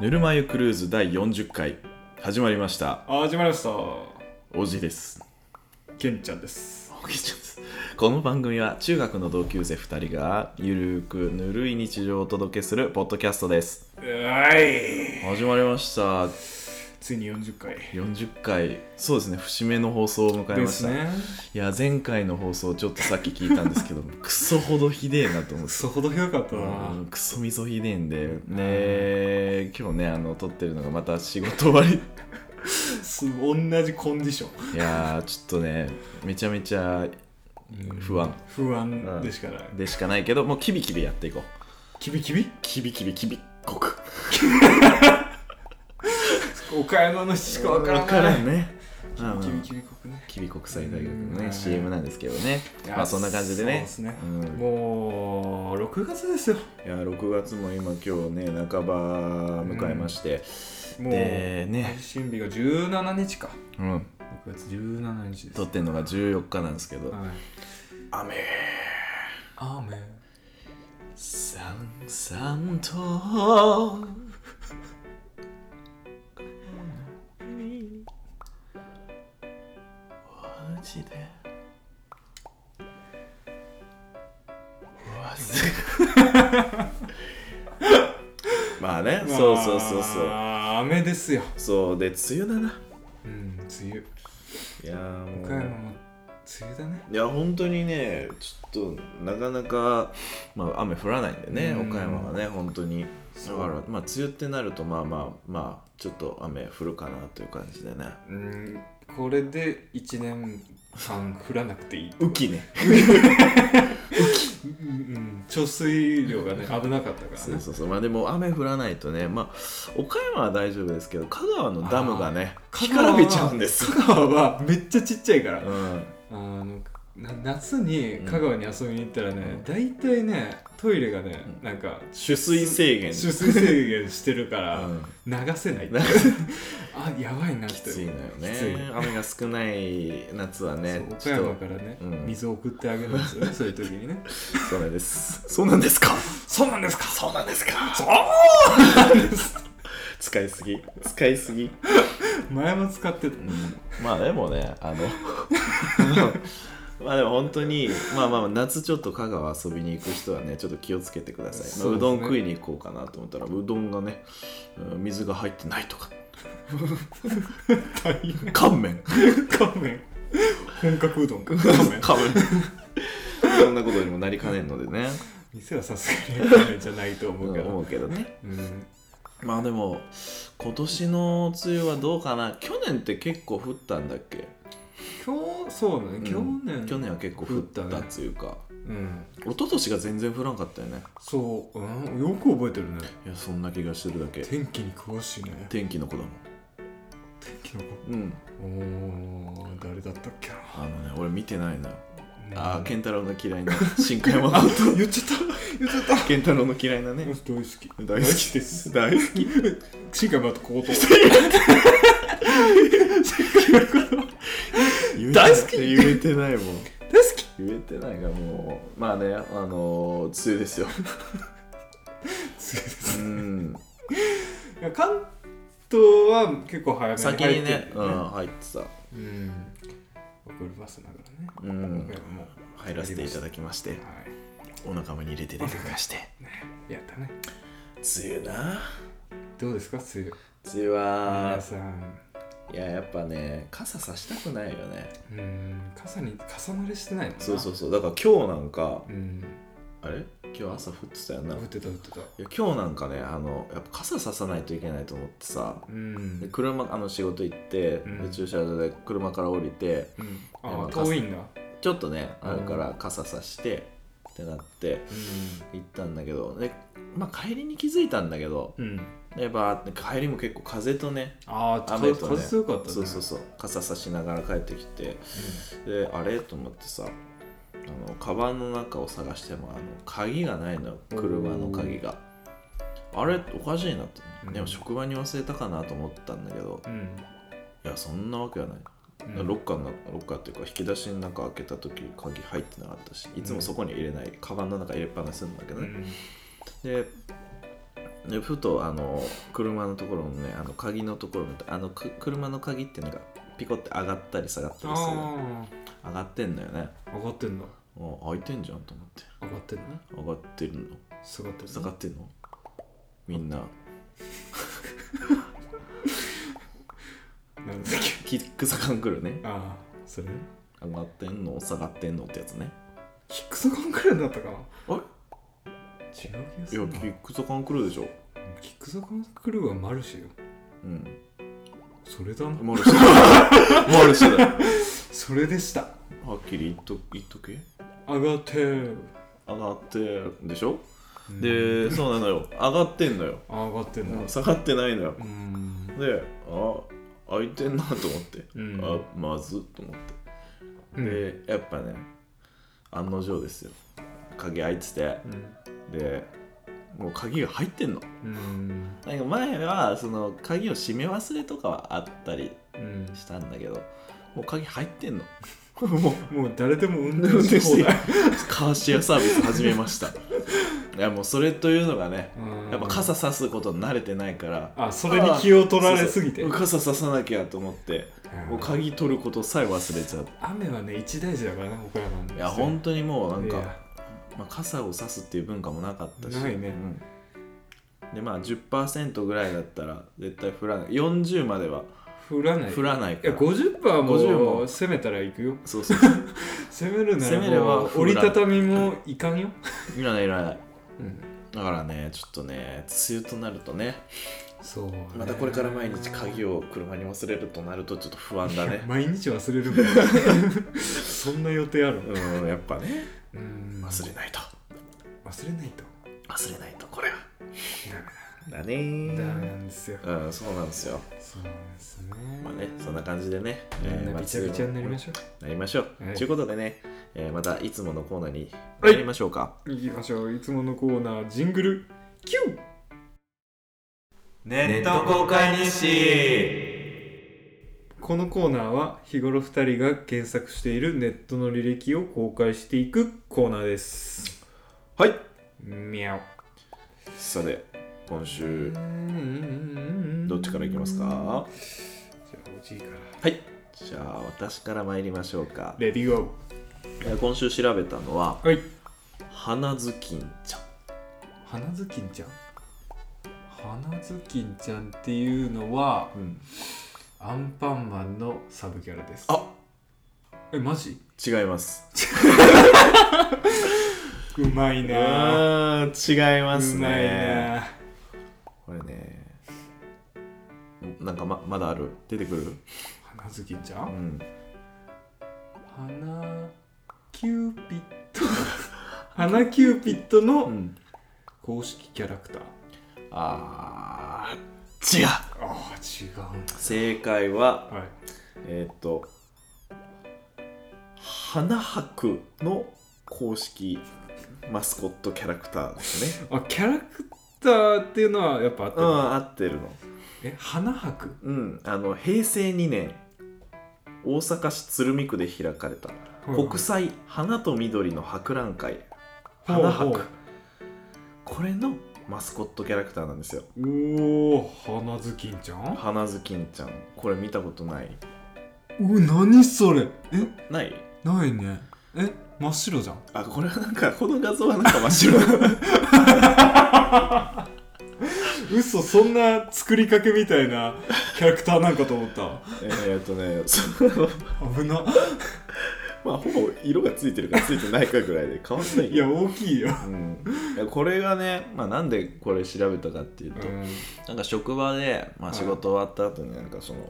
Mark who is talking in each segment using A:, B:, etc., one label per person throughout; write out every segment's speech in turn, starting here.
A: ぬるま湯クルーズ第40回始まりました
B: あ始まりました
A: おじです
B: ケンちゃんです
A: おじちゃんですこの番組は中学の同級生2人がゆるーくぬるい日常をお届けするポッドキャストです
B: うわい
A: 始まりました
B: ついに40回
A: 40回そうですね節目の放送を迎え
B: で
A: まし
B: す
A: た、
B: ね
A: いや前回の放送ちょっとさっき聞いたんですけど クソほどひでえなと思って
B: そほどひどかったな
A: うんクソみそひでえんでで今日ねあの撮ってるのがまた仕事終わり
B: す同じコンディション
A: いやーちょっとねめちゃめちゃ不安
B: 不安でしかない
A: でしかないけどもうキビキビやっていこう
B: キビキビ
A: キビキビキビごく
B: 岡山のしかわからない
A: んねうん
B: キビキビ国ね
A: キビ国際大学の
B: う
A: ね
B: ん
A: CM なんですけどね
B: いや
A: まあそんな感じでね
B: そうですね、
A: うん
B: もう6月ですよ
A: いや6月も今今日ね半ば迎えまして、
B: もう
A: で
B: 配
A: ね、
B: 信日が17日か
A: うん、
B: 6月17日です
A: 撮ってんのが14日なんですけど
B: はい
A: 雨
B: 雨
A: さんさんとマジで まあね、そうそうそうそ
B: ま
A: う
B: あ雨ですよ
A: そうで梅雨だな
B: うん梅雨
A: いやーも
B: 岡山
A: う
B: も梅雨だね
A: いや本当にねちょっとなかなか、まあ、雨降らないんでね、
B: うん
A: 岡山はね本当にだ
B: そう
A: からまあ梅雨ってなるとまあまあまあちょっと雨降るかなという感じでね
B: うんこれで1年間降らなくていい、
A: 雨季ね
B: うん、貯水量がね危なかったから
A: そう
B: ね
A: そうそうまあでも雨降らないとねまあ岡山は大丈夫ですけど香川のダムがね干からびちゃうんですよ
B: 香川はめっちゃちっちゃいから、
A: う
B: あ
A: ん
B: のな夏に
A: うん
B: 香川に遊びに行ったらね、
A: うん
B: 大体ねトイレがね、
A: う
B: なんか
A: 取水制限
B: 取水制限してるか
A: う
B: ら、
A: ん
B: 流せない
A: 流
B: あやばいなって
A: きついのよ
B: きつい
A: ね雨が少ない夏はね
B: そう岡
A: ちょ
B: 山
A: っ
B: からね、
A: うん
B: 水を送ってあげるんですよ ねそういう時にね
A: とそうなんですそうなんですか
B: そうなんですか
A: そうなんですか使いすぎ使いすぎ
B: 前も使ってた
A: まあでもねあのまあでも本当にまあまあ夏ちょっと香川遊びに行く人はねちょっと気をつけてください、まあ
B: そうですね
A: うどん食いに行こうかなと思ったらうどんがねうん水が入ってないとか
B: 大変
A: 乾麺
B: 乾麺本格うど んか乾麺
A: 乾麺そんなことにもなりかねんのでね
B: 店はさすがに乾麺じゃないと思うけ
A: 思
B: ど
A: うけどね
B: うん
A: まあでも今年の梅雨はどうかな去年って結構降ったんだっけ
B: 今日そうだね去
A: うん
B: 年
A: 去年は結構降った
B: 降
A: っ
B: ったね
A: ていうか
B: うん
A: 一昨年が全然降らんかったよね
B: そううんよく覚えてるね
A: いやそんな気がするだけ
B: 天気に詳しいね
A: 天気の子だもん
B: 天気の
A: うん
B: 子おー誰だったっけな
A: あのね俺見てないのよああ
B: うん
A: 健太郎の嫌いな深海ものこと
B: 言っちゃった言っちゃった
A: 健太郎の嫌いなね
B: 大好き
A: 大好きです大好 き
B: 新海誠高等大好き
A: 言えて言えてないもん
B: 大好き
A: 言えてないがもうまあねあのー、梅雨ですようん
B: いや関東は結構早め に
A: 先
B: 入
A: に
B: ってる
A: ね
B: よ
A: うん入ってた
B: うん送るバスながらね
A: うん
B: 僕らも
A: 入らせていただきまして
B: は
A: お仲間に入れていただきまして
B: いやったね
A: 梅雨な
B: どうですか梅雨
A: 梅雨は
B: 皆さん
A: いややっぱね傘さしたくないよね
B: うん傘に傘慣れしてないもんな
A: そうそうそうだから今日なんか
B: うん
A: あれ今日朝降ってたよな
B: 降
A: い
B: ってた降ってた
A: や今日なんかねあのやっぱ傘ささないといけないと思ってさ
B: うん
A: で車あの仕事行って、
B: うん
A: で駐車場で車から降りて
B: うん
A: でも
B: あ
A: 傘
B: 遠いんだ
A: ちょっとね
B: うん
A: あるから傘さしてってなって行ったんだけどで、まあ、帰りに気づいたんだけど
B: うんうん
A: やっぱ帰りも結構風とね
B: ああ
A: 雨とね
B: 風強かったね
A: そうそうそう傘さしながら帰ってきてであれと思ってさあのカバンの中を探してもあの鍵がないのよ車の鍵があれおかしいなって、
B: うん
A: でも職場に忘れたかなと思ったんだけど
B: うん
A: いやそんなわけはない、
B: うん
A: ロッカーのロッカーっていうか引き出しの中開けた時鍵入ってなかったしいつもそこに入れないカバンの中入れっぱなしなんだけど
B: う
A: ね、
B: ん
A: ででふとあの車のところのねあの鍵のところ見てあのく車の鍵ってなんかピコって上がったり下がったりする
B: あ
A: 上がってんだよね
B: あ上がってんだ
A: あ開いてんじゃんと思って
B: 上がってんな
A: 上がってるの
B: 下がってん
A: 下が
B: な
A: ってんのみんな
B: なんだっ け
A: キックサカン来るね
B: ああそれ
A: 上がってんの下がってんのってやつね
B: キックサカンくらいだったかな
A: あれ
B: 違う気がす
A: いや
B: る
A: キ
B: な
A: ックサカン来るでしょ
B: キックサカンクルーはマルシェよ
A: うん
B: それだな
A: マルシェ だマルシェだ
B: それでした
A: はっきり言っと言っとけ
B: 上がってる
A: 上がってるでしょ、でそうなのよ上がってんのよ
B: あ上がってんだ
A: 下がってないのよ
B: うん
A: であ開いてんなと思って、
B: うん
A: あまずっと思って
B: で
A: でやっぱね案の定ですよ鍵開いててでもう鍵が入ってんの
B: うん
A: なんか前はその鍵を閉め忘れとかはあったり
B: うん
A: したんだけどもう鍵入ってんの もう
B: もう誰でも運
A: 運
B: 転
A: 転
B: し
A: して
B: 放題
A: カーシェアサービス始めましたいやもうそれというのがね
B: う ん
A: やっぱ傘さすことに慣れてないから
B: あそれに気を取られすぎて
A: そうそう傘ささなきゃと思って
B: うん
A: もう鍵取ることさえ忘れちゃっ
B: 雨はね一大事だからね岡山
A: て
B: の
A: いや本当にもうなん
B: い
A: か、
B: や
A: まあ、傘をさすっていう文化もなかったし
B: ないね
A: うんでまあ10%ぐらいだったら絶対降らない40までは
B: 降らない
A: 降らない
B: い
A: か
B: や
A: ら
B: 50%はも
A: 50
B: う
A: も
B: 攻めたら行くよ
A: そうそうそう
B: 攻めるなら
A: 攻めれば
B: も
A: 降
B: う
A: ら
B: 折りたたみもいかんよ、
A: いらないいらない
B: うん、
A: だからねちょっとね梅雨となるとね
B: そうね
A: またこれから毎日鍵を車に忘れるとなるとちょっと不安だね
B: 毎日忘れるも んそんな予定ある
A: うんやっぱね
B: うん
A: 忘れないと
B: 忘れないと
A: 忘れないとこれは
B: ダ
A: だね
B: メ
A: ー
B: だダメなんですよ
A: うんそうなんですよ
B: そうですね
A: まあねそんな感じでね、
B: みん
A: ま
B: な
A: あ
B: びちゃびちゃになりましょ
A: なりましょう。
B: はい
A: ということでね、えーまたいつものコーナーに
B: は
A: 参
B: い
A: りましょうか。
B: う行きましょういつものコーナージングルキュー
A: ネ
B: ット公開
A: 日誌
B: このコーナーは日頃2人が検索しているネットの履歴を公開していくコーナーです
A: はい
B: みゃお
A: さて、今週、どっちからいきますかは
B: じゃあおじいから
A: い。じゃあ、私から参りましょうか。
B: レディーゴ
A: えー今週調べたのは、
B: ーはい
A: 花ズキンちゃん。
B: 花ずきんちゃん花ずきんちゃんっていうのはアンパンマンのサブキャラです
A: あ
B: えマジ
A: 違います。
B: うまいうな
A: ーん、違い
B: あ
A: ます
B: うまい
A: ね。
B: なあ
A: これね、なんかままだある出てくる
B: 花ずきんちゃ
A: うんん。
B: 花キューピッ ト花キューピット
A: う
B: の
A: ん、
B: 公式キャラクター
A: あー、違う
B: ああ違うんだ
A: 正解は、
B: はい
A: えーっ、と、花博の公式マスコットキャラクターですね。
B: あキャラクターっていうのはやっぱあった
A: うん、
B: の
A: 合ってるの。
B: え花博
A: うん、あの、平成2年、大阪市鶴見区で開かれた国際花と緑の博覧会、花
B: ほうほ
A: 博
B: う。
A: これのマスコットキャラクターなんですよ。
B: おお花ずきんちゃん
A: 花ずきんちゃん。これ見たことないう
B: 何それえ
A: ない
B: ないねえ真っ白じゃん
A: あ、これはなんか、この画像はなんか真っ 白。
B: 嘘そんな作りかけみたいなキャラクターなんかと思った
A: えーっとね、その
B: 危な
A: まあほぼ色がついてるかついてないかぐらいで変わんない
B: い
A: けど
B: や大きいよ
A: うん、いやこれがね、まあ、なんでこれ調べたかっていうと、なんか職場で、まあ、仕事終わった後になんかその、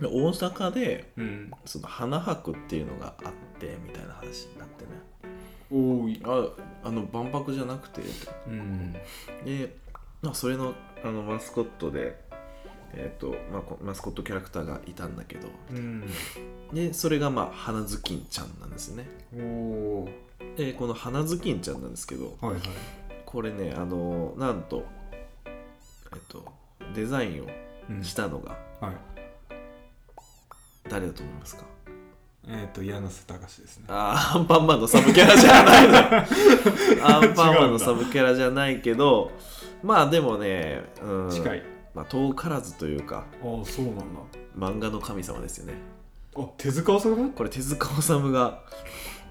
A: で大阪で
B: うん
A: その花博っていうのがあってみたいな話になってね
B: 多い
A: ああの万博じゃなくて
B: うん
A: で、まあ、それのあのマスコットで、えーとまあ、こマスコットキャラクターがいたんだけど
B: うん
A: でそれがまあ花ずきんちゃんなんですよね
B: おお
A: でこの花ずきんちゃんなんですけど、
B: はいはい
A: これねあのなんとえっとデザインを
B: うん
A: したのが
B: はい
A: 誰だと思いますか、
B: えっと柳瀬隆ですね
A: あーアンパ ンマンのサブキャラじゃないのアンパンマンのサブキャラじゃないけどまあでもね、うん、
B: 近い
A: まあ、遠からずというか
B: ああそうなんだ
A: 漫画の神様ですよね
B: あ手塚治虫
A: これ手塚治虫が、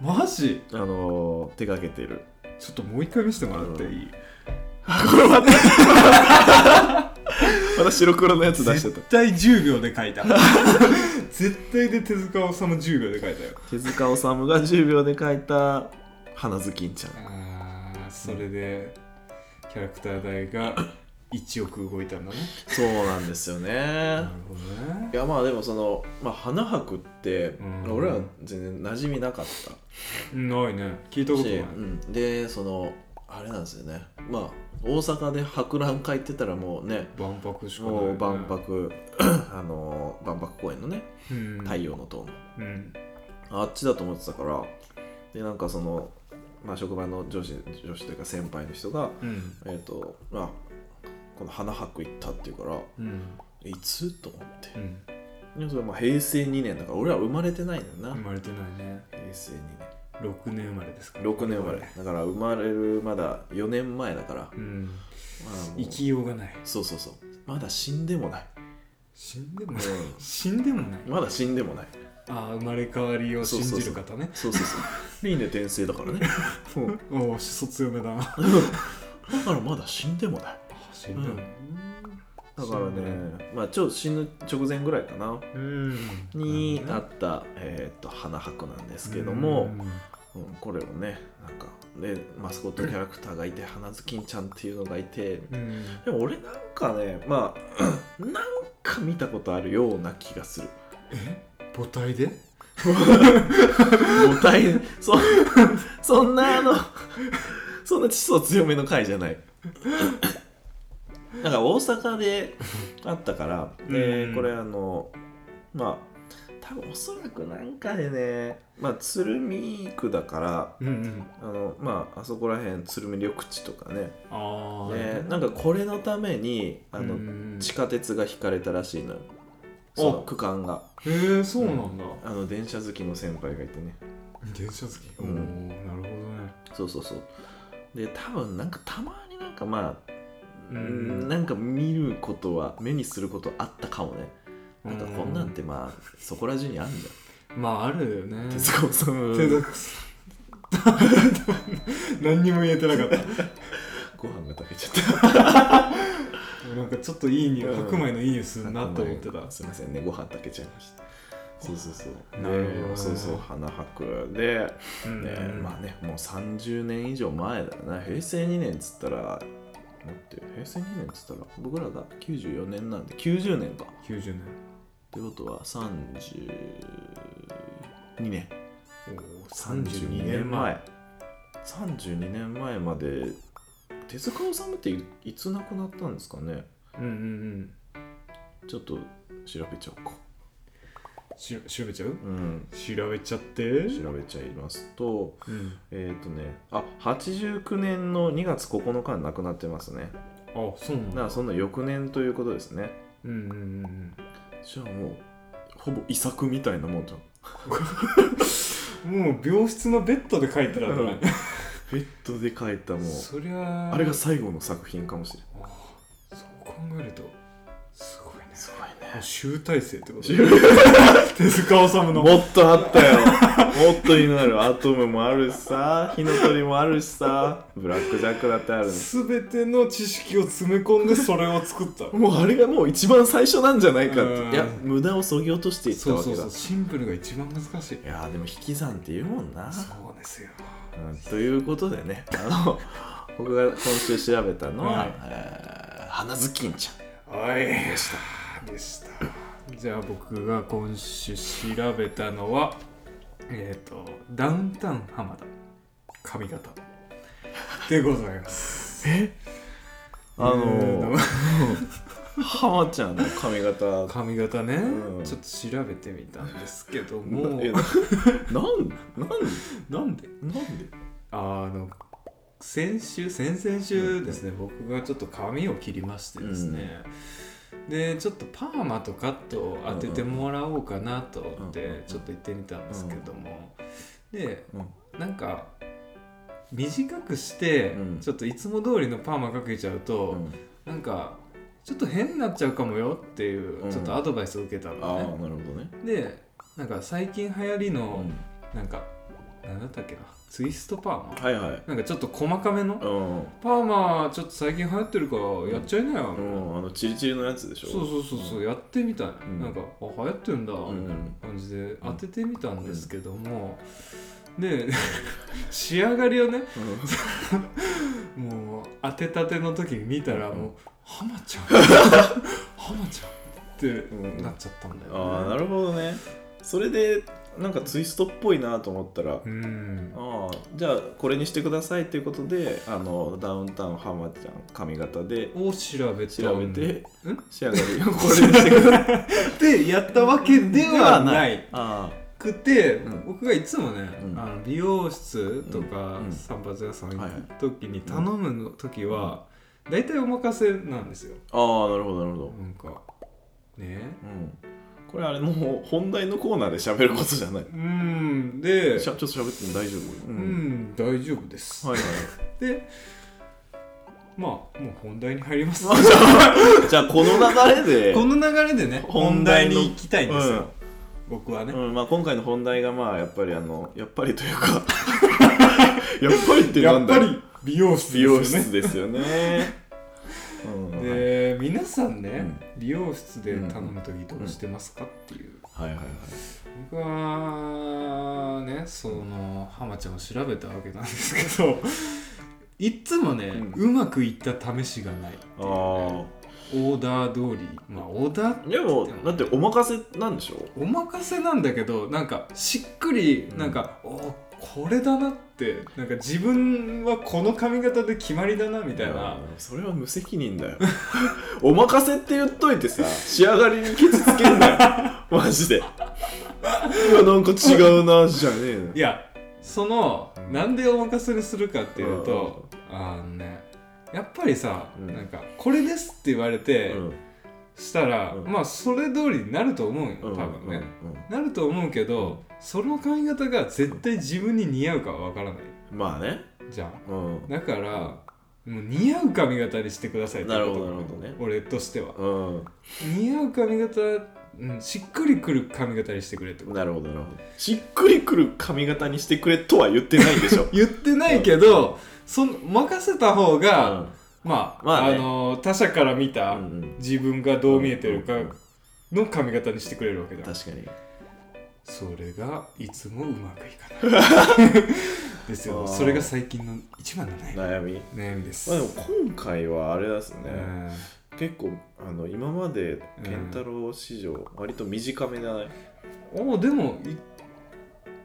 B: マジ
A: あのー手掛けてる
B: ちょっともう一回見せてもらっていい、
A: まだ白黒のやつ出してた
B: 絶対10秒で書いた 絶対で手塚治虫10秒で書いたよ
A: 手塚治虫が10秒で描いた花ズキンちゃん
B: あーそれでキャラクター代が1億動いたんだね
A: そうなんですよね
B: なるほどね
A: いやまあでもその、まあ、花博って、
B: うん
A: 俺ら全然馴染みなかった
B: ないね聞いたことない
A: し、うんでそのあれなんですよねまあ大阪で博覧会行ってたらもうね
B: 万博しかない、ね、
A: もう万博 あの万博公園のね
B: うん
A: 太陽の塔の、
B: うん
A: あっちだと思ってたからでなんかその、まあ、職場の上司上司というか先輩の人が
B: うん
A: えっ、とまあこの花博行ったっていうから
B: うん
A: いつと思って
B: うん
A: でそれまあ平成2年だから俺は生まれてないんだよな、
B: 生まれてないね
A: 平成2
B: 6年生まれですから
A: 年6年生まれだから生まれるまだ4年前だから、
B: うん
A: まあもう
B: 生きようがない
A: そうそうそうまだ死んでもない、
B: 死んでも
A: う
B: ない
A: ん
B: 死んでもない
A: まだ死んでもない
B: ああ生まれ変わりを信じる方ね
A: そうそう そう輪廻転生だからねうん
B: おおしそ強めだな
A: だからまだ死んでもない
B: 死んでもない
A: だからねまあちょ死ぬ直前ぐらいかな
B: うん
A: にあった、えーっと花博なんですけども、うん、これをねなんかでマスコットキャラクターがいて花ズキンちゃんっていうのがいて
B: うんうん
A: でも俺なんかねまあ なんか見たことあるような気がする
B: 母体で
A: 母体そそんなあのそんな地層強めの回じゃ ないなんか大阪であったからで、
B: うん
A: これあのまあ多分おそらくなんかでねまあ鶴見区だから
B: うんうん
A: あのまああそこら辺鶴見緑地とかね
B: ああ
A: でなんかこれのためにあの、地下鉄が引かれたらしいのよその区間が
B: へえそうなんだ
A: あの電車好きの先輩がいてね
B: 電車好き
A: う
B: おお
A: ん
B: なるほどね
A: そうそうそうで多分なんかたまになんかまあ
B: う
A: うんんなんか見ることは目にすることあったかもねなんかこんなんってま あそこら中にあるんだよ
B: まああるよね
A: 手塚治
B: 手
A: 虫
B: 塚さん何にも言えてなかった
A: ご飯が炊けちゃっ
B: なんかちょっといい匂い、
A: うん
B: 白米のいい匂いす
A: た
B: るなと思ってた。
A: すいませんねご飯炊けちゃいましたそうそうそう
B: なるほど
A: でそうそう花博で
B: うん
A: ねまあねもう30年以上前だよな平成2年っつったら待って平成2年っつったら僕らが94年なんで90年かっ
B: 90年。
A: てことは32年
B: おお、
A: 32年前32年前まで手塚治虫っていいつ亡くなったんですかね
B: うんうんうん。
A: ちょっと調べちゃおうか
B: し調べちゃう
A: うん
B: 調べちゃって。
A: 調べちゃいますと
B: うん。
A: えっ、とねあ89年の2月9日に亡くなってますね
B: あ、そうなん
A: だか
B: だ。
A: らその翌年ということですね
B: うんうんうんうん。
A: じゃあもうほぼ遺作みたいなもんじゃん
B: もう病室のベッドで書いてたらね。
A: ベッドで書いたもう
B: そりゃ
A: あれが最後の作品かもしれない
B: あーそう考えると、すごいね。
A: すごい
B: もう集大成ってこと
A: 集
B: だね手塚治虫の。
A: もっとあったよもっといいのあるアトムもあるしさ火の鳥もあるしさブラックジャックだってある
B: すべての知識を詰め込んでそれを作った。
A: もうあれがもう一番最初なんじゃないかっ
B: うん
A: ていや無駄をそぎ落としていった
B: そう
A: わ
B: そ
A: け
B: う
A: だ
B: そう、シンプルが一番難しい。
A: いやーでも引き算って言うもんな、
B: そうですよ。
A: うんということでねあの僕が今週調べたのは、
B: はい
A: えー花ズキンちゃ
B: はい。でした。でした。じゃあ僕が今週調べたのは、えっ、と、ダウンタウン浜田、髪型でございます。え
A: んあのー、浜ちゃんの髪型
B: 髪型ね、
A: うん
B: ちょっと調べてみたんですけど
A: も
B: も
A: う、なんなん
B: なんで
A: なんで
B: あの先週先々週ですね、僕がちょっと髪を切りましてですね、でちょっとパーマとカットを当ててもらおうかなと思っ
A: うんうんう
B: て
A: ん
B: ちょっと行ってみたんですけども、で
A: うん
B: なんか短くして、
A: うん
B: ちょっといつも通りのパーマかけちゃう
A: う
B: と、
A: ん、
B: なんかちょっと変になっちゃうかもよっていう、
A: うん
B: ちょっとアドバイスを受けた
A: ああ
B: の
A: なる
B: ね
A: ほどね、
B: でなんか最近流行り
A: う
B: の、
A: ん、
B: なんかなんだったっけなツイストパー
A: は
B: マ
A: いはい
B: なんかちょっと細かめの
A: うん、うん、
B: パーマちょっと最近流行ってるからやっちゃいなよ、
A: あのチリチリのやつでしょ
B: そうそうそうそうやってみたい、
A: ん
B: なんかあ流行ってんだ、
A: うん
B: 感じで当ててみたんですけども、で 仕上がりをねもう当てたての時に見たらもう 「浜ちゃん浜ちゃん」って
A: うん、うん
B: なっちゃったんだよ、ね
A: ああなるほどねそれでなんかツイストっぽいなと思ったら、
B: うん
A: ああじゃあこれにしてくださいっていうことであのダウンタウン浜ちゃん髪型で
B: を調べた
A: 調べて
B: うん
A: 仕上がりをこれにしてください
B: でやったわけではない
A: あ
B: くて、
A: うん
B: 僕がいつもね、
A: うん
B: あの美容室とか
A: うん
B: 散髪屋さん行
A: はいはい
B: く時に頼むの時は、大体お任せなんですよ
A: あああなるほどなるほど、
B: なんかね
A: うん、これあれもう本題のコーナーで喋ることじゃない
B: うんで
A: しゃちょっと喋っても大丈夫、う
B: うんん大丈夫です、
A: はい
B: でまあもう本題に入ります
A: はい じゃあこの流れで
B: この流れでね
A: 本題の
B: に行きたいんですよ、僕はね、
A: うんまあ、今回の本題がまあやっぱりあのやっぱりというか やっぱりって
B: や
A: な
B: っ
A: んだ
B: ぱり美容室
A: 美容
B: ですよね
A: 室 ですよね。うんはい
B: で皆さんね、
A: うん
B: 美容室で頼む時どうしてますかっていう、
A: はいはい。
B: 僕はねその浜ちゃんを調べたわけなんですけど いっつもね、
A: うん
B: うまくいった試しがないってい
A: あ
B: うね、オーダー通りまあオーダー
A: あ。でもだってお任せなんでしょ
B: お任せなんだけどなんかしっくり
A: うん
B: なんか、おーこれだなってなんか自分はこの髪型で決まりだなみたいな、
A: やそれは無責任だよ。 お任せって言っといてさ仕上がりにケチつけんな よマジで。いやなんか違うなじゃねえの
B: い。やその、
A: うん
B: なんでお任せにするかっていうと、あのねやっぱりさ、
A: うん
B: なんか「これです」って言われて、
A: うん
B: したら、
A: うん
B: まあそれ通りになると思うよ多分ね、。
A: うんうん
B: なると思うけどその髪型が絶対自分に似合うかは分からない
A: うんまあね。
B: じゃん
A: うん。
B: だから、もう似合う髪型にしてくださいっていうこ
A: なるほ
B: と
A: どなるほどね
B: 俺としては
A: うん。
B: 似合う髪型、うん、しっくりくる髪型にしてくれってこと
A: なるほどなるほど。しっくりくる髪型にしてくれとは言ってないで
B: 。
A: しょ
B: 言ってないけど、その任せた方が、
A: うん
B: まあ、
A: まあね
B: あの他者から見た
A: うんうん
B: 自分がどう見えてるか
A: うんうん
B: の髪型にしてくれるわけだ、
A: 確かに。
B: それがいつもうまくいかない ですよ
A: あー
B: それが最近の一番の悩
A: 悩み。
B: み悩みです、
A: まあでも今回はあれですね、
B: うん
A: 結構あの今まで健太郎史上割と短めじゃない、
B: おでも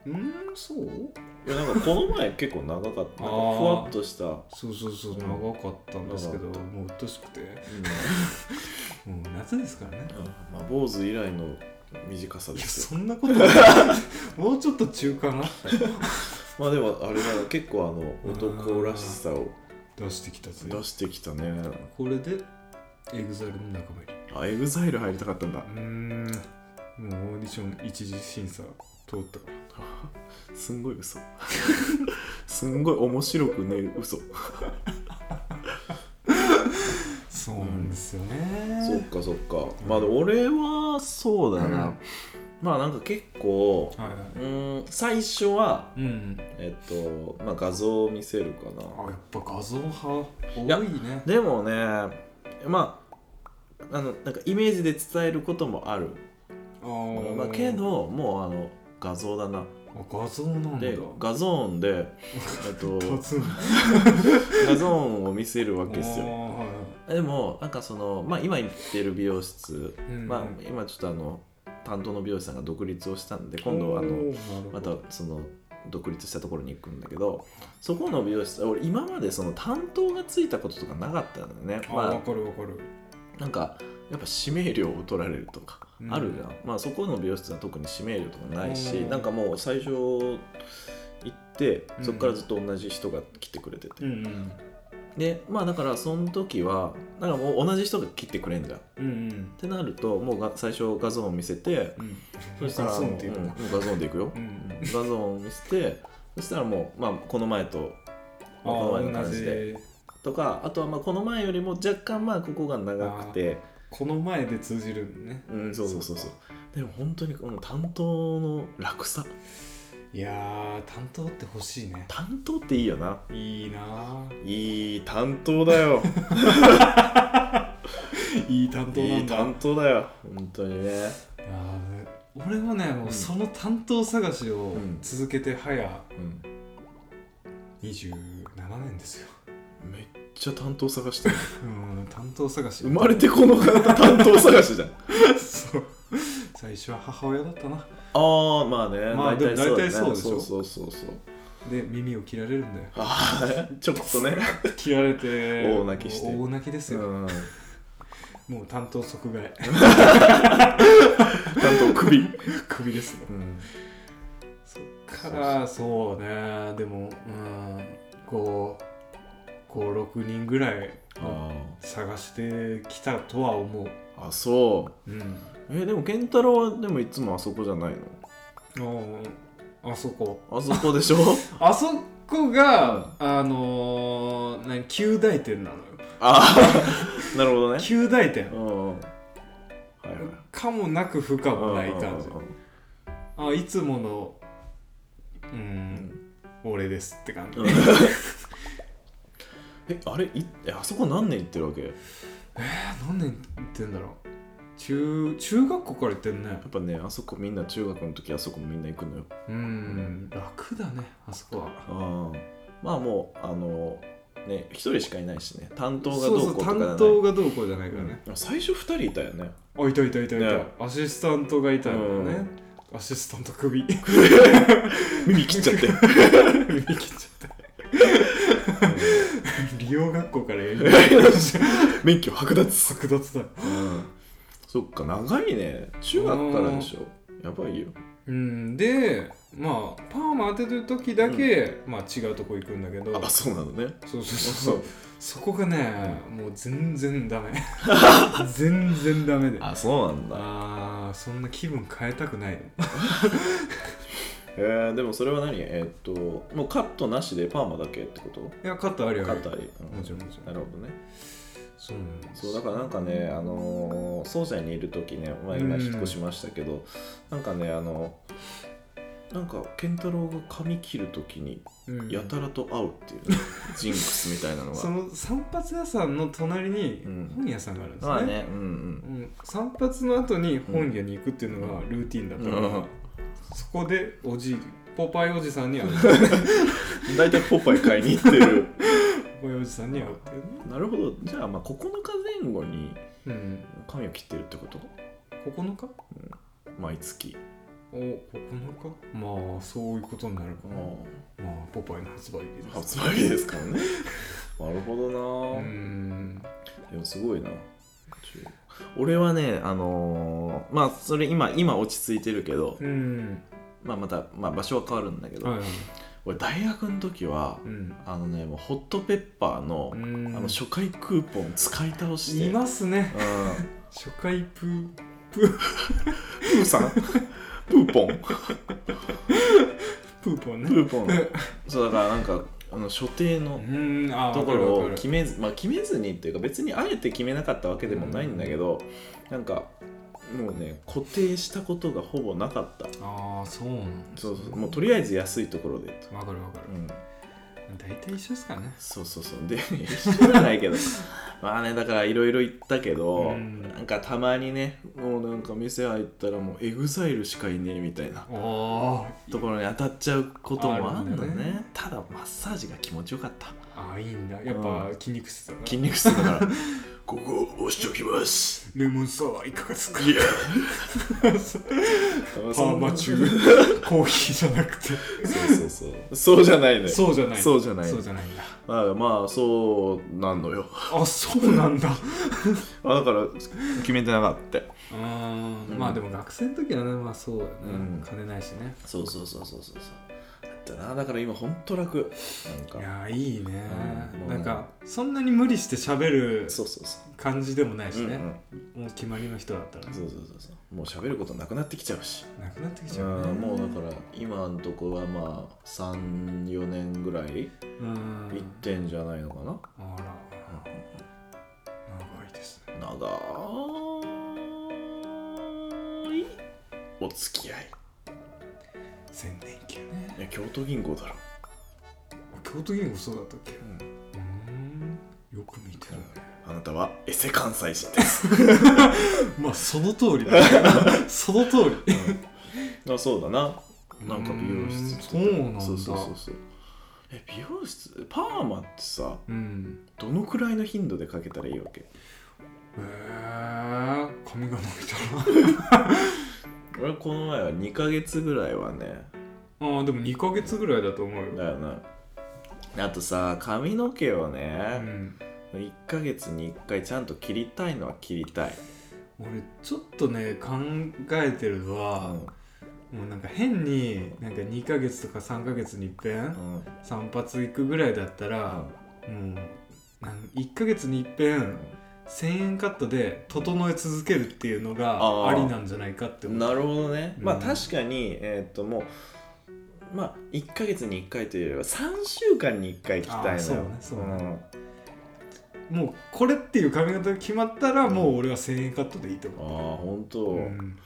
B: いうんそう
A: いやなんかこの前結構長かった
B: あ
A: なん
B: ー
A: かふわっとした、うん
B: そうそうそう
A: うん
B: 長かったんですけど
A: 長かった
B: もう鬱陶しくてもう夏ですからね
A: まあ、坊主以来の短さ
B: い
A: で
B: や
A: すよ
B: そんなことない もうちょっと中間あったよ
A: まあでもあれだな結構あの男らしさを
B: 出してきたぜ
A: 出してきたね
B: これでエグザイルの仲間入り
A: あエグザイル入りたかったんだ
B: うーんもうオーディション一次審査通ったから
A: すんごい 嘘すんごい面白くね嘘
B: そうなんですよね
A: そっかそっかまあ俺はそうだな、
B: うん
A: まあなんか結構
B: はいはいう
A: ーん最初は、
B: うん
A: えっとまあ、画像を見せるか
B: あ
A: な
B: やっぱ画像派
A: いや
B: 多いね
A: でもねまああのなんかイメージで伝えることもある、
B: あー
A: まあ、けどもうあの画像だな
B: あ画像なんだ
A: で画像音で、えっと、
B: 突然
A: 画像音を見せるわけですよ
B: あ
A: でもなんかその、まあ、今行ってる美容室、
B: ーはいはい
A: まあ
B: うんうん、
A: 今ちょっとあの担当の美容師さんが独立をしたんで今度はあの
B: おーなるほ
A: ま
B: ど
A: たその独立したところに行くんだけどそこの美容室俺今までその担当がついたこととかなかったんだよね
B: あわ
A: ま
B: かるわかる
A: あなんかやっぱ指名料を取られるとか
B: うん
A: あるじゃん、まあそこの美容室は特に指名料とかないし
B: うん
A: なんかもう最初行って
B: うん
A: そこからずっと同じ人が来てくれてて、
B: うんうん
A: でまあだからその時はなんかもう同じ人が切ってくれんじゃんっ
B: うんうん
A: てなるともうが最初画像を見せて
B: う
A: そ
B: ん
A: したら
B: 画像ってい
A: うん
B: うの
A: もう画像でいくよ
B: うん
A: 画像を見せてそしたらもう、まあ、この前とまあ、この前の
B: あ
A: 感
B: あ同
A: じで
B: じ
A: とかあとはまあこの前よりも若干まあここが長くて
B: この前で通じるんね
A: うんそうそうそうそうでも本当にこの担当の楽さ
B: いやー担当って欲しいね
A: 担当っていいよない
B: いなー
A: いい担当だ よ
B: いい担当
A: い
B: ないんだ
A: 担当だよ本当にね
B: あー俺はね、もううんその担当探しを
A: ん
B: 続けて早
A: うん
B: 27年ですよ、
A: めっちゃ担当探してる
B: うん、担当探し
A: 生まれてこの方担当探しじゃん
B: そう最初は母親だったな
A: ああまあね、
B: まあ
A: 大体そうだよね
B: でも大体そうでしょ
A: そうそうそうそう
B: で耳を切られるんだよ
A: ああちょっとね
B: 切られて
A: 大泣きして
B: もう大泣きです
A: う
B: よ、
A: ん
B: もう担当即 買い
A: 担当クビ、
B: クビですね
A: うん、
B: そっからそうねでもうんこう56人ぐらい
A: あ
B: 探してきたとは思う
A: ああそう
B: うん
A: えでも健太郎はでもいつもあそこじゃないの
B: あそこ
A: あそこでしょ
B: あそこがあのー、何旧大店なのよ
A: ああなるほどね
B: 旧大店
A: うんうんはいはい
B: かもなく不可もない感じ
A: うんうんうん
B: あいつものうん、俺ですって感じ、
A: うんえあれいえあそこ何年行ってるわけや
B: 何年言ってんだろう中中学校から言ってんね
A: っぱねあそこみんな中学の時あそこみんな行くのよ
B: うん楽だねあそこは
A: ああまあもうあのね一人しかいないしね担当が
B: そう
A: ど
B: そうう
A: こうとかじゃない
B: 担当がどうこうじゃないから
A: うん
B: ね、
A: あ最初二人いたよね
B: あいたいたいたいた、
A: ね
B: アシスタントがいたんだよね、アシスタント首耳切っ
A: 耳切っちゃ って
B: ちゃった利用学校からやり
A: 免許剥奪、
B: 剥奪だ
A: うん、そっか長いね中学からでしょやばいよ
B: うんでまあパーマ当てる時だけ、まあ違うとこ行くんだけど
A: あそうなのね
B: そうそうそうそうそこがねもう全 然ダメ全然ダメであ
A: あそうなんだ
B: あーそんな気分変えたくない
A: えー、でもそれは何えーっともうカットなしでパーマだけってこと
B: いやカットあるよ
A: カットあり、うん
B: もちろんもちろ
A: なんるほどね
B: そうなんです
A: そうだからなんかねあのー、総社にいる時ね、まあ、今
B: うん
A: 引っ越しましたけど、なんかねあのなんか健太郎が髪切る時に
B: うん
A: やたらと会うっていう、 ねジンクスみたいなのが
B: その散髪屋さんの隣に
A: うん
B: 本屋さんがあるんですね,、
A: まあねうん
B: うん、散髪の後に本屋に行くっていうのがルーティンだったから、
A: うん
B: そこでおじいポパイおじさんに会う
A: うん大体ポパイ買いに行ってる
B: ポパイおじさんに会うっていうね、
A: なるほどじゃあまあ9日前後に
B: うん、
A: 髪を切ってるってこと
B: 9日
A: 毎月
B: お9日まあそういうことになるかな、まあポパイの発売日で
A: 発
B: す
A: 売日ですからねなるほどなぁ、
B: うーん
A: でもすごいな俺はねあのーまあそれ今今落ち着いてるけど、
B: うん
A: まあまた、まあ、場所は変わるんだけど、
B: はいはい
A: 俺大学の時は、
B: うん
A: あのねもうホットペッパーの,、
B: うん
A: あの初回クーポン使い倒して
B: いますね
A: うん
B: 初回プー
A: プーさんプーポン
B: プーポン
A: プ
B: ね
A: ーポンそうだからなんかあの所定
B: う
A: の
B: ーんあ
A: と
B: ー
A: こ
B: わか
A: ろ
B: るわ
A: を
B: かる
A: 決めず、まあ、決めずにっていうか別にあえて決めなかったわけでもないんだけど、なんかもうね固定したことがほぼなかった
B: ああそうなんです
A: そ
B: ね
A: うそうもうとりあえず安いところでと、
B: わかるわかる
A: うん、
B: 大体一緒ですからね
A: そうそうそうで一緒じゃないけど まあねだからいろいろ行ったけど、
B: うん
A: なんかたまにねもうなんか店入ったらもうエグザイルしかいねえみたいな
B: あ
A: ところに当たっちゃうこともあるんだ
B: あ
A: ね
B: るんだね
A: ただマッサージが気持ちよかった
B: ああいいんだやっぱ筋肉質だな
A: 筋肉質だ からここ押しときます
B: レモンサワーいかがですか
A: いや
B: パーマ中コーヒーじゃなくて
A: そうそうそうそうじゃないのよ
B: そうじゃない
A: そうじゃない
B: そうじゃないんだ
A: まあまあそうなんのよ
B: あそうなん だ
A: あだから決めてなかった
B: あー
A: うん
B: まあでも学生の時はねまあそうだよね、
A: うん
B: 金ないしね
A: そうそうそうそうそうそうったなだから今ほんと楽なん
B: い
A: か
B: やいいね、
A: うん
B: なんかそんなに無理して喋る
A: そうそうそ
B: 感じでもないし
A: う、
B: ね、
A: うん
B: もう決まりの人だったら
A: うん、そうそうそうそうもう喋ることなくなってきちゃうし
B: なくなってきち
A: う
B: ゃうね
A: んもうだから今のとこはまあ34年ぐらい
B: うん
A: 行ってんじゃないのかな、
B: あら長いですね
A: 長いお付き合い
B: 千年級ね
A: いや京都銀行だろ、
B: 京都銀行そうだったっけうんよく見てるね
A: あなたはエセ関西人です
B: まあその通り だねその通り
A: あそうだななんか美容室
B: うーんそうなんだ
A: そうそうそうそうえ美容室パーマってさ
B: うん
A: どのくらいの頻度でかけたらいいわけ
B: えー、髪が伸び
A: 俺この前は2ヶ月ぐらいはね
B: たなあーでも2ヶ月ぐらいだと思うよ、
A: だよなあとさ髪の毛を
B: う
A: ね、
B: ん、
A: 1ヶ月に1回ちゃんと切りたいのは切りたい、
B: 俺ちょっとね考えてるのは、もうなんか変になんか2ヶ月とか3ヶ月にいっぺん
A: うん
B: 散髪行くぐらいだったら、もうなん1ヶ月にいっぺん1000円カットで整え続けるっていうのが
A: あー
B: ありなんじゃないかって思う
A: なるほどね、
B: うん
A: まあ確かにえーっともうまあ1ヶ月に1回というよりは3週間に1回行きたいの
B: あ
A: よ
B: ーそうねそうね
A: ん
B: もうこれっていう髪型が決まったらもう俺は1000円カットでいいと
A: ああ
B: 思う
A: 本当、
B: うん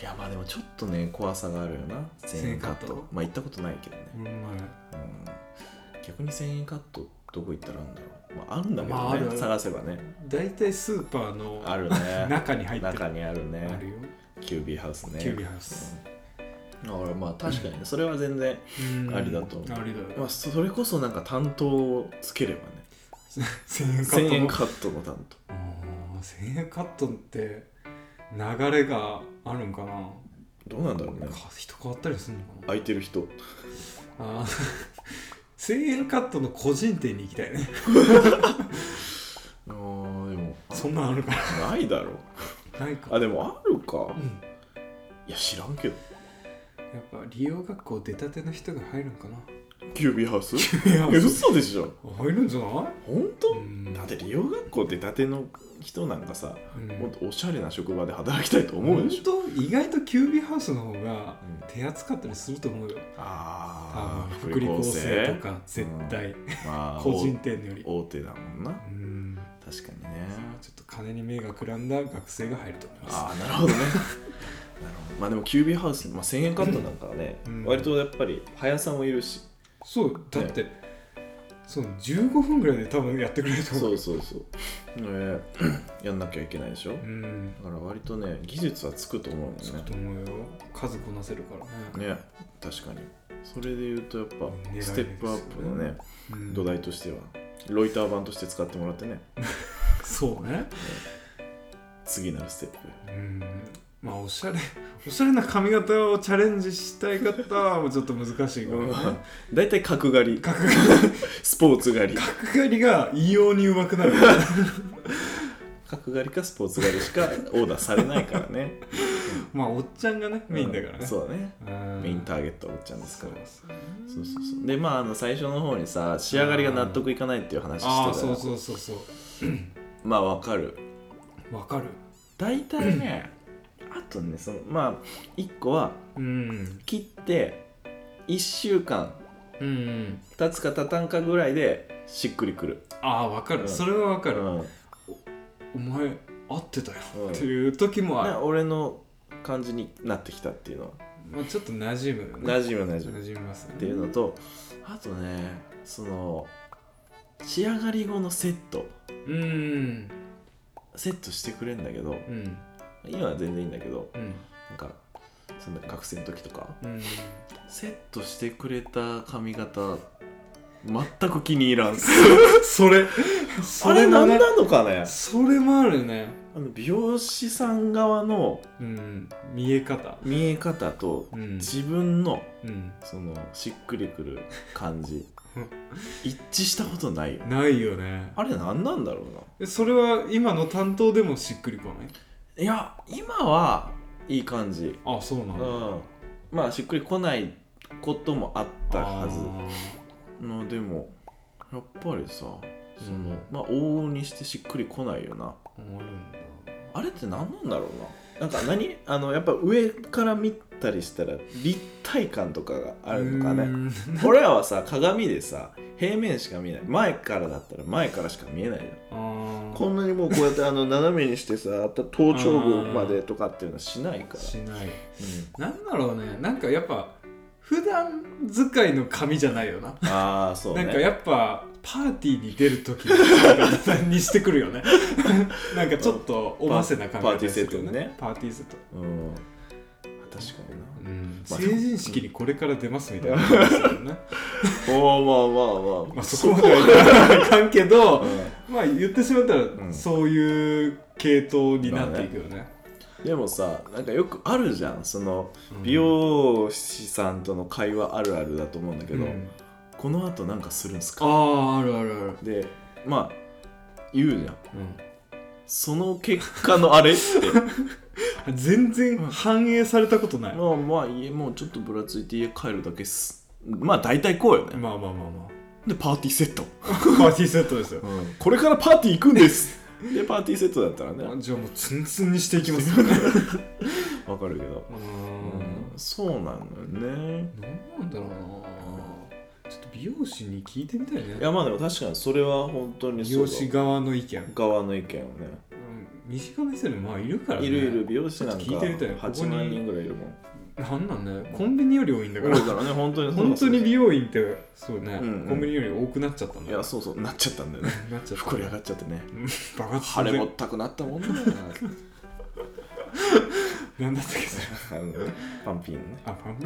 A: いやまあでもちょっとね怖さがあるよな1000円カッ
B: 千円カッ
A: ト
B: ト
A: まあ行ったことないけどね、
B: 俺もね
A: うん、逆に1000円カットどこ行ったらあるんだろうまああるんだけどね、
B: まああるある
A: 探せばね
B: 大体スーパーの
A: あるね
B: 中に入ってる
A: 中にあるね
B: あるよ
A: キュービーハウスね
B: キュービーハウス
A: だからまあ確かにねそれは全然、
B: うん
A: ありだと思う
B: ありだよ
A: まあ、そそれこそなんか担当をつければね
B: 1000円カッ
A: 1000
B: ト
A: 円
B: も
A: カットの担当
B: あー1000円カットって流れがあるんかな
A: どうなんだろうね
B: か人変わったりするのか
A: 空いてる人
B: なあー1000円カットの個人店に行きたいね
A: あーでも
B: そんなんあるか
A: ないだろう
B: なないか
A: あでもあるか
B: うん
A: いや知らんけど
B: やっぱ利用学校出たての人が入るんかな
A: キュービーハウスえ
B: いや
A: 嘘でしょ
B: 入るんじゃない
A: 本当、
B: うん
A: だって利用学校出たての人なんかさ、
B: うん
A: もっとおしゃれな職場で働きたいと思うでしょ、
B: ほんと意外とキュービーハウスの方が
A: うん
B: 手厚かったりすると思うよ
A: ああ
B: 多分福利厚生とか絶対、
A: まあ
B: 個人店より
A: 大手だもんな
B: うん
A: 確かにね
B: ちょっと金に目がくらんだ学生が入ると思います
A: ああなるほどね なるほどまあでもキュービーハウス、まあ、1000円カットなんかはね、
B: うん
A: 割とやっぱり速さもいるし
B: そうだって、そう15分ぐらいで多分やってくれると思
A: そううそうそう、えー やんなきゃいけないでしょ、だ
B: うん
A: から割とね技術はつくと思うんだ
B: そ
A: よ
B: う
A: ね
B: だと思うよ数こなせるからね
A: ね確かにそれで言うとやっぱ
B: 狙いです
A: ステップアップのね
B: うん
A: 土台としてはロイター版として使ってもらってね
B: そうね
A: 次なるステップ
B: うんまあおしゃれ おしゃれな髪型をチャレンジしたい方はもうちょっと難しいからね
A: 大体角刈り
B: 角刈り
A: スポーツ狩り
B: 角刈りが異様にうまくなる からね
A: 角刈りかスポーツ狩りし かオーダーされないからね
B: まあおっちゃんがねメインだからね、
A: うんそうだね
B: うん
A: メインターゲットはおっちゃんですから
B: そうそう
A: そうそうそうでまああの最初の方にさ仕上がりが納得いかないっていう話してた
B: あ
A: か
B: あ
A: ら
B: そうそうそうそう
A: まあわかる
B: わかる
A: 大体 ねあとねそのまあ1個は
B: うん
A: 切って1週間
B: うんうん
A: 経つか経たんかぐらいでしっくりくる、
B: ああわかる、
A: うん
B: それはわか
A: う
B: る、
A: ん、
B: お前合ってたよ、
A: うん
B: っていう時もある
A: な、俺の感じになってきたっていうのは
B: まあ、ちょっと馴染むよね
A: 馴染む馴染むっ
B: 馴染みますね
A: ていうのとあとねその仕上がり後のセット
B: うん
A: セットしてくれんだけど
B: うん
A: 今は全然いいんだけど
B: うん
A: なんかその学生の時とか
B: うん
A: セットしてくれた髪型全く気に入ら ん
B: それ
A: あ
B: そ
A: れ
B: れも
A: 何
B: ね
A: なのかね
B: それもあるね
A: あの美容師さん側の
B: うん見え方
A: 見え方と
B: うん
A: 自分の
B: うん
A: そのしっくりくる感じ一致したことないよね
B: ないよね
A: あれ何なんだろう
B: えそれは今の担当でもしっくりこない
A: ないや今はいい感じ
B: あそうな
A: うん
B: だ
A: んまあしっくりこないこともあったはず
B: あ
A: まあでもやっぱりさその、
B: うん
A: まあ往々にしてしっくりこないよな
B: ー思うんだ
A: あれって何なんだろうななんか何あのやっぱ上から見たりしたら立体感とかがあるのか
B: うー
A: ね
B: ん
A: 俺らはさ鏡でさ平面しか見えない前からだったら前からしか見えないよ
B: あー
A: こんなにもうこうやってあの斜めにしてさあと頭頂部
B: うん
A: までとかっていうのはしないから、
B: しない
A: うん
B: なんだろうねなんかやっぱ普段使いの紙じゃないよな、
A: ああそうね
B: なんかやっぱパーティーに出る時の髪型にしてくる よねなんかちょっとおませな感じ
A: パーティーセットにね
B: パーティーセット、
A: うん確かにな
B: うん
A: まあ
B: 成人式にこれから出ますみたいな感じですよね
A: おーまあまあまあ
B: まあそこまではいかんけど、
A: うん
B: まあ言ってしまった
A: ん
B: らそういう系統になっていくよね。
A: でもさなんかよくあるじゃんその
B: うん
A: 美容師さんとの会話あるあるだと思うんだけど、
B: うん
A: この後なんかするんす
B: あ
A: か
B: ああるあるある。
A: でまあ言うじゃん
B: う
A: その結果のあ れって
B: ん、全然反映されたことない。ま
A: まあまあ家もうちょっとぶらついて家帰るだけっすまあ大体こうよ
B: あ
A: ね
B: まあまあま
A: でパーティーセット、
B: あ。パーティーセットですよ。
A: これからパーティー行くんです でパーティーセットだったらね
B: あじゃあもうツンツンにしていきますよね。
A: わかるけど、
B: う
A: うん
B: ん。
A: そうなんだよね
B: なんなんだろうな。ちょっと美容師に聞いてみたい
A: い
B: ね。
A: やまあでも確かにそれは本当に
B: 美
A: そう
B: 容
A: だ
B: 師側の意見。
A: 側の意見をね
B: うん短めせるまあいるからね。
A: いるいる美容師なんか
B: ちょっと聞いてみたいここ
A: 8
B: に
A: 万人ぐらいいるもん
B: なんなんだよ。コンビニより多いんだか
A: 多
B: ら
A: い。からね本当に
B: 本当に美容院ってそうね、
A: うんうん
B: コンビニより多くなっちゃったん
A: い
B: だ
A: やそうそうなっちゃったんだよ ね
B: なっちゃった
A: 膨れ上がっちゃってね
B: バカ
A: 腫れもったくなったもんだよな
B: なんだったっけそれ
A: あのねパンピンね
B: あパン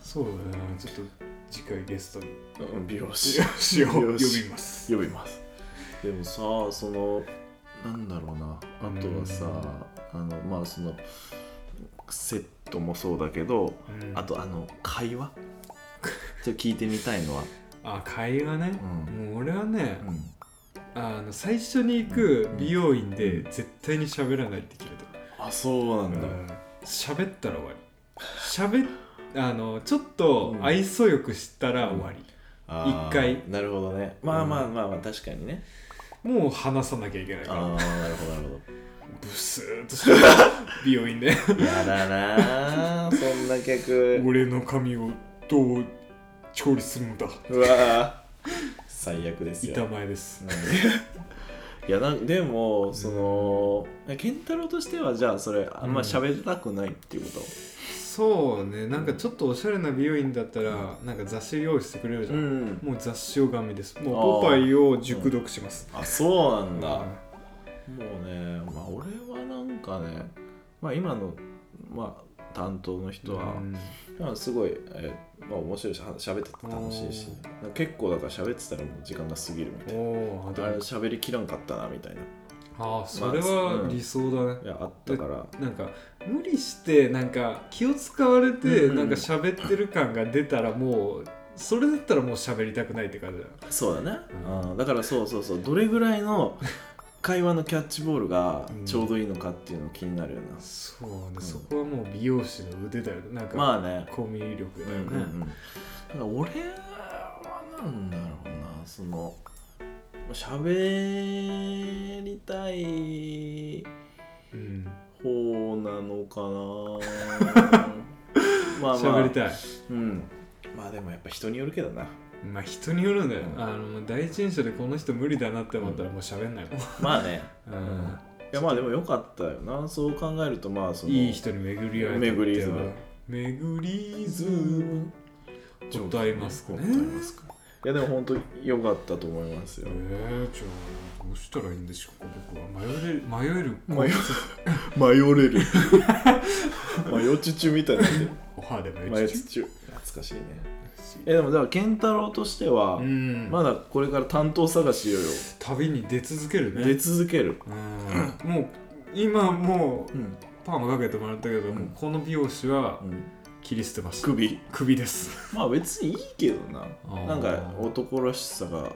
B: そうだなちょっと次回ゲストに
A: うん美容師
B: しを呼
A: よし
B: びます
A: 呼びますでもさそのなんだろうなあとはさあのまあそのセットもそうだけど
B: うん
A: あとあの会 話ちょっと聞いてみたいのは、
B: あ会話ね
A: う、ん
B: もう俺はね
A: う、ん
B: あの最初に行く美容院で絶対に喋らないって決めた
A: あそうなんだ、
B: 喋、ったら終わり喋っあのちょっと愛想よくしたら終わり、
A: あー
B: 一回
A: なるほどねまあまあまあまあ確かにね、
B: もう話さなきゃいけないから
A: ああなるほどなる
B: ブスーっとしてる美容院 で
A: ほど やだなーそんな客
B: 俺の髪をどう調理するんだ
A: うわー最悪ですよ
B: 板前です
A: うんいやなんでもそのえ健太郎としてはじゃあそれあんま喋りたくないっていうこ
B: そうねなんかちょっとおしゃれな美容院だったらなんか雑誌用意してくれるじ
A: と
B: ゃん、
A: ん
B: もう雑誌をガミですもう
A: あー
B: ポパイを熟読します、
A: あそうなんだ
B: う
A: もうねまあ俺はなんかねまあ今のまあ担当の人は、
B: ん
A: まあ、すごい、えーまあ、面白いしは喋ってて楽しいし
B: お
A: なんか結構だから喋ってたらもう時間が過ぎるみたいな
B: おーあで
A: あれ
B: も
A: 喋りきらんかったなみたいな
B: あーそれは理想だね
A: い、やあったから
B: なんか無理してなんか気を使われて
A: うんうん
B: なんか喋ってる感が出たらもうそれだったらもう喋りたくないって感じだよ
A: そうだね、
B: うん
A: うんだからそうそうそうどれぐらいの会話のキャッチボールが
B: うん
A: ちょうどいいのかっていうの気になるよな、
B: そうね、
A: ん
B: そこはもう美容師の腕だよねなんか、
A: まあね
B: コミュ力
A: うん
B: だ
A: う
B: よ
A: ん
B: ね、
A: うんだから俺はなんだろうなその喋りたい
B: うん
A: 方なのか なまあまあ
B: 喋りたい
A: うんまあでもやっぱ人によるけ どな
B: まあ人によるんだよ、
A: うん
B: あの第一印象でこの人無理だなって思ったらもう喋んないもん、
A: まあね
B: うん
A: いやまあでもよかったよなそう考えるとまあその
B: いい人に巡り合えたって
A: 巡りズム
B: 巡りズム
A: ズ
B: ホットアイマスクね
A: ホットアイマスクいやでも本当良かったと思います
B: え
A: よ
B: ー、じゃあどうしたらいいんでしょうか僕は迷える迷える
A: 迷迷れ る迷ちちみたいにな ってる
B: おはで迷
A: 迷
B: えち
A: ちち懐かしいね
B: ゃ
A: えでもだから健太郎としては
B: ううん、
A: まだこれから担当探しよよ
B: 旅に出続けるね
A: 出続ける
B: うん、もう今もう
A: うん
B: パーマかけてもらったけど、もうこの美容師は
A: うん
B: 切り捨てました
A: 首
B: 首です
A: まあ別にいいけどな
B: あー
A: なんか男らしさがあって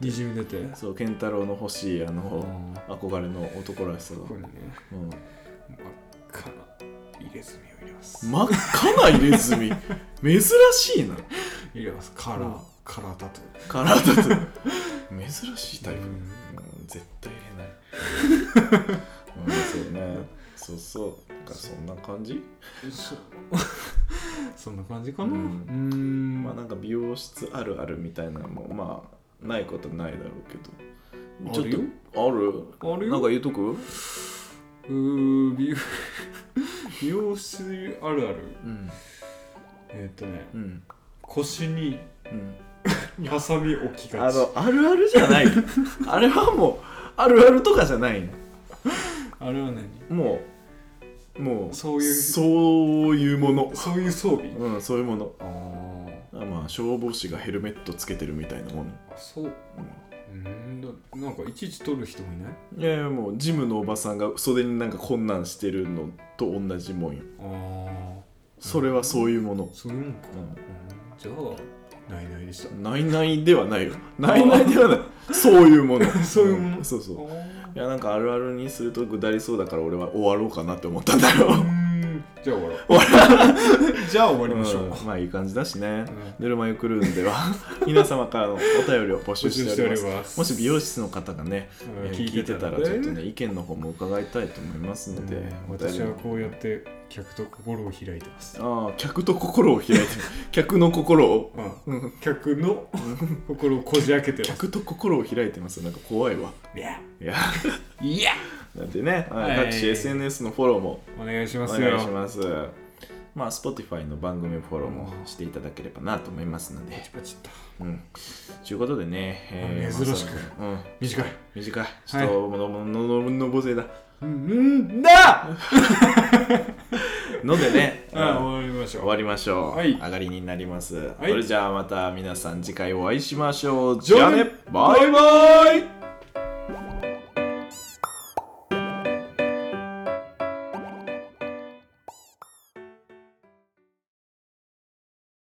B: にじみ出て
A: そう健太郎の欲しいあの
B: あ
A: 憧れの男らしさが
B: ここにね
A: うん
B: 真っ赤な入れ墨を入れます
A: 真っ赤な入れ 墨珍しいな
B: 入れますカラ
A: う
B: ー
A: ん
B: カラータトゥ
A: カラー だと珍しいタイプ、
B: うん
A: うん絶対入れないうんそうねそうそうなんかそんな感じ、
B: ーそ そんな感じかなう
A: うん
B: ん
A: まあなんか美容室あるあるみたいなのもまあないことないだろうけど
B: あるよ
A: とある
B: あるよ
A: なんか言うとく
B: うー美容 美容室あるある
A: うん
B: えっ、とね
A: うん
B: 腰に
A: うん
B: ハサミ置きが
A: あ
B: ち
A: のあるあるじゃ ないあれはもうあるあるとかじゃない
B: あれは何
A: もうもう
B: そういう
A: そういうもの
B: そういう装備
A: うんそういうもの
B: あ
A: あまあ消防士がヘルメットつけてるみたいなもの、
B: あそううんだなんかいちいち取る人もいない
A: うんいやいやもうジムのおばさんが袖になんか困難してるのと同じもんよ
B: ああ
A: それはそういうもの、
B: そういうもんか、うんじゃあないないでした
A: ないないではないよないないではないそういうもの
B: そういうもの
A: んそうそう
B: あ
A: いやなんかあるあるにするとぐだりそうだから俺は終わろうかなって思ったんだよ
B: ーうんじゃあ終わろうじゃあ終わりましょう、
A: んまあいい感じだしね、
B: うん
A: ぬるま湯クルーンでは 皆様からのお便りを募集しております
B: ます
A: もし美容室の方がね、
B: うん
A: えー
B: 聞い
A: 聞いて
B: てた
A: た
B: ら
A: ら
B: ね
A: ちょっとね意見の方も伺いたいと思いますので、お便り
B: 私はこうやって客と心を開いてます
A: ああ客と心を開いて る客の心を
B: うん、客の心をこじ開けてます
A: 客と心を開いてますなんか怖いわ
B: いや
A: いや
B: いや
A: なんてね、
B: はい
A: 各種 SNS のフォローも
B: お願いしま
A: お
B: すよ
A: 願いしますまあ Spotify の番組フォローもしていただければなと思いますので
B: パチパチっと
A: うんということでね、
B: 珍しく
A: まあうん
B: 短い
A: 短いちょっと、のののののぼせだ
B: うんだ
A: ので ね、
B: あ
A: うん
B: 終わりまし
A: 終
B: ょう
A: わりましょう、
B: はい
A: 上がりになります、
B: い
A: それじゃあまた皆さん次回お会いしましょう
B: じ
A: じ
B: ゃ
A: ゃ
B: あ
A: あ
B: ね
A: ねバイバイ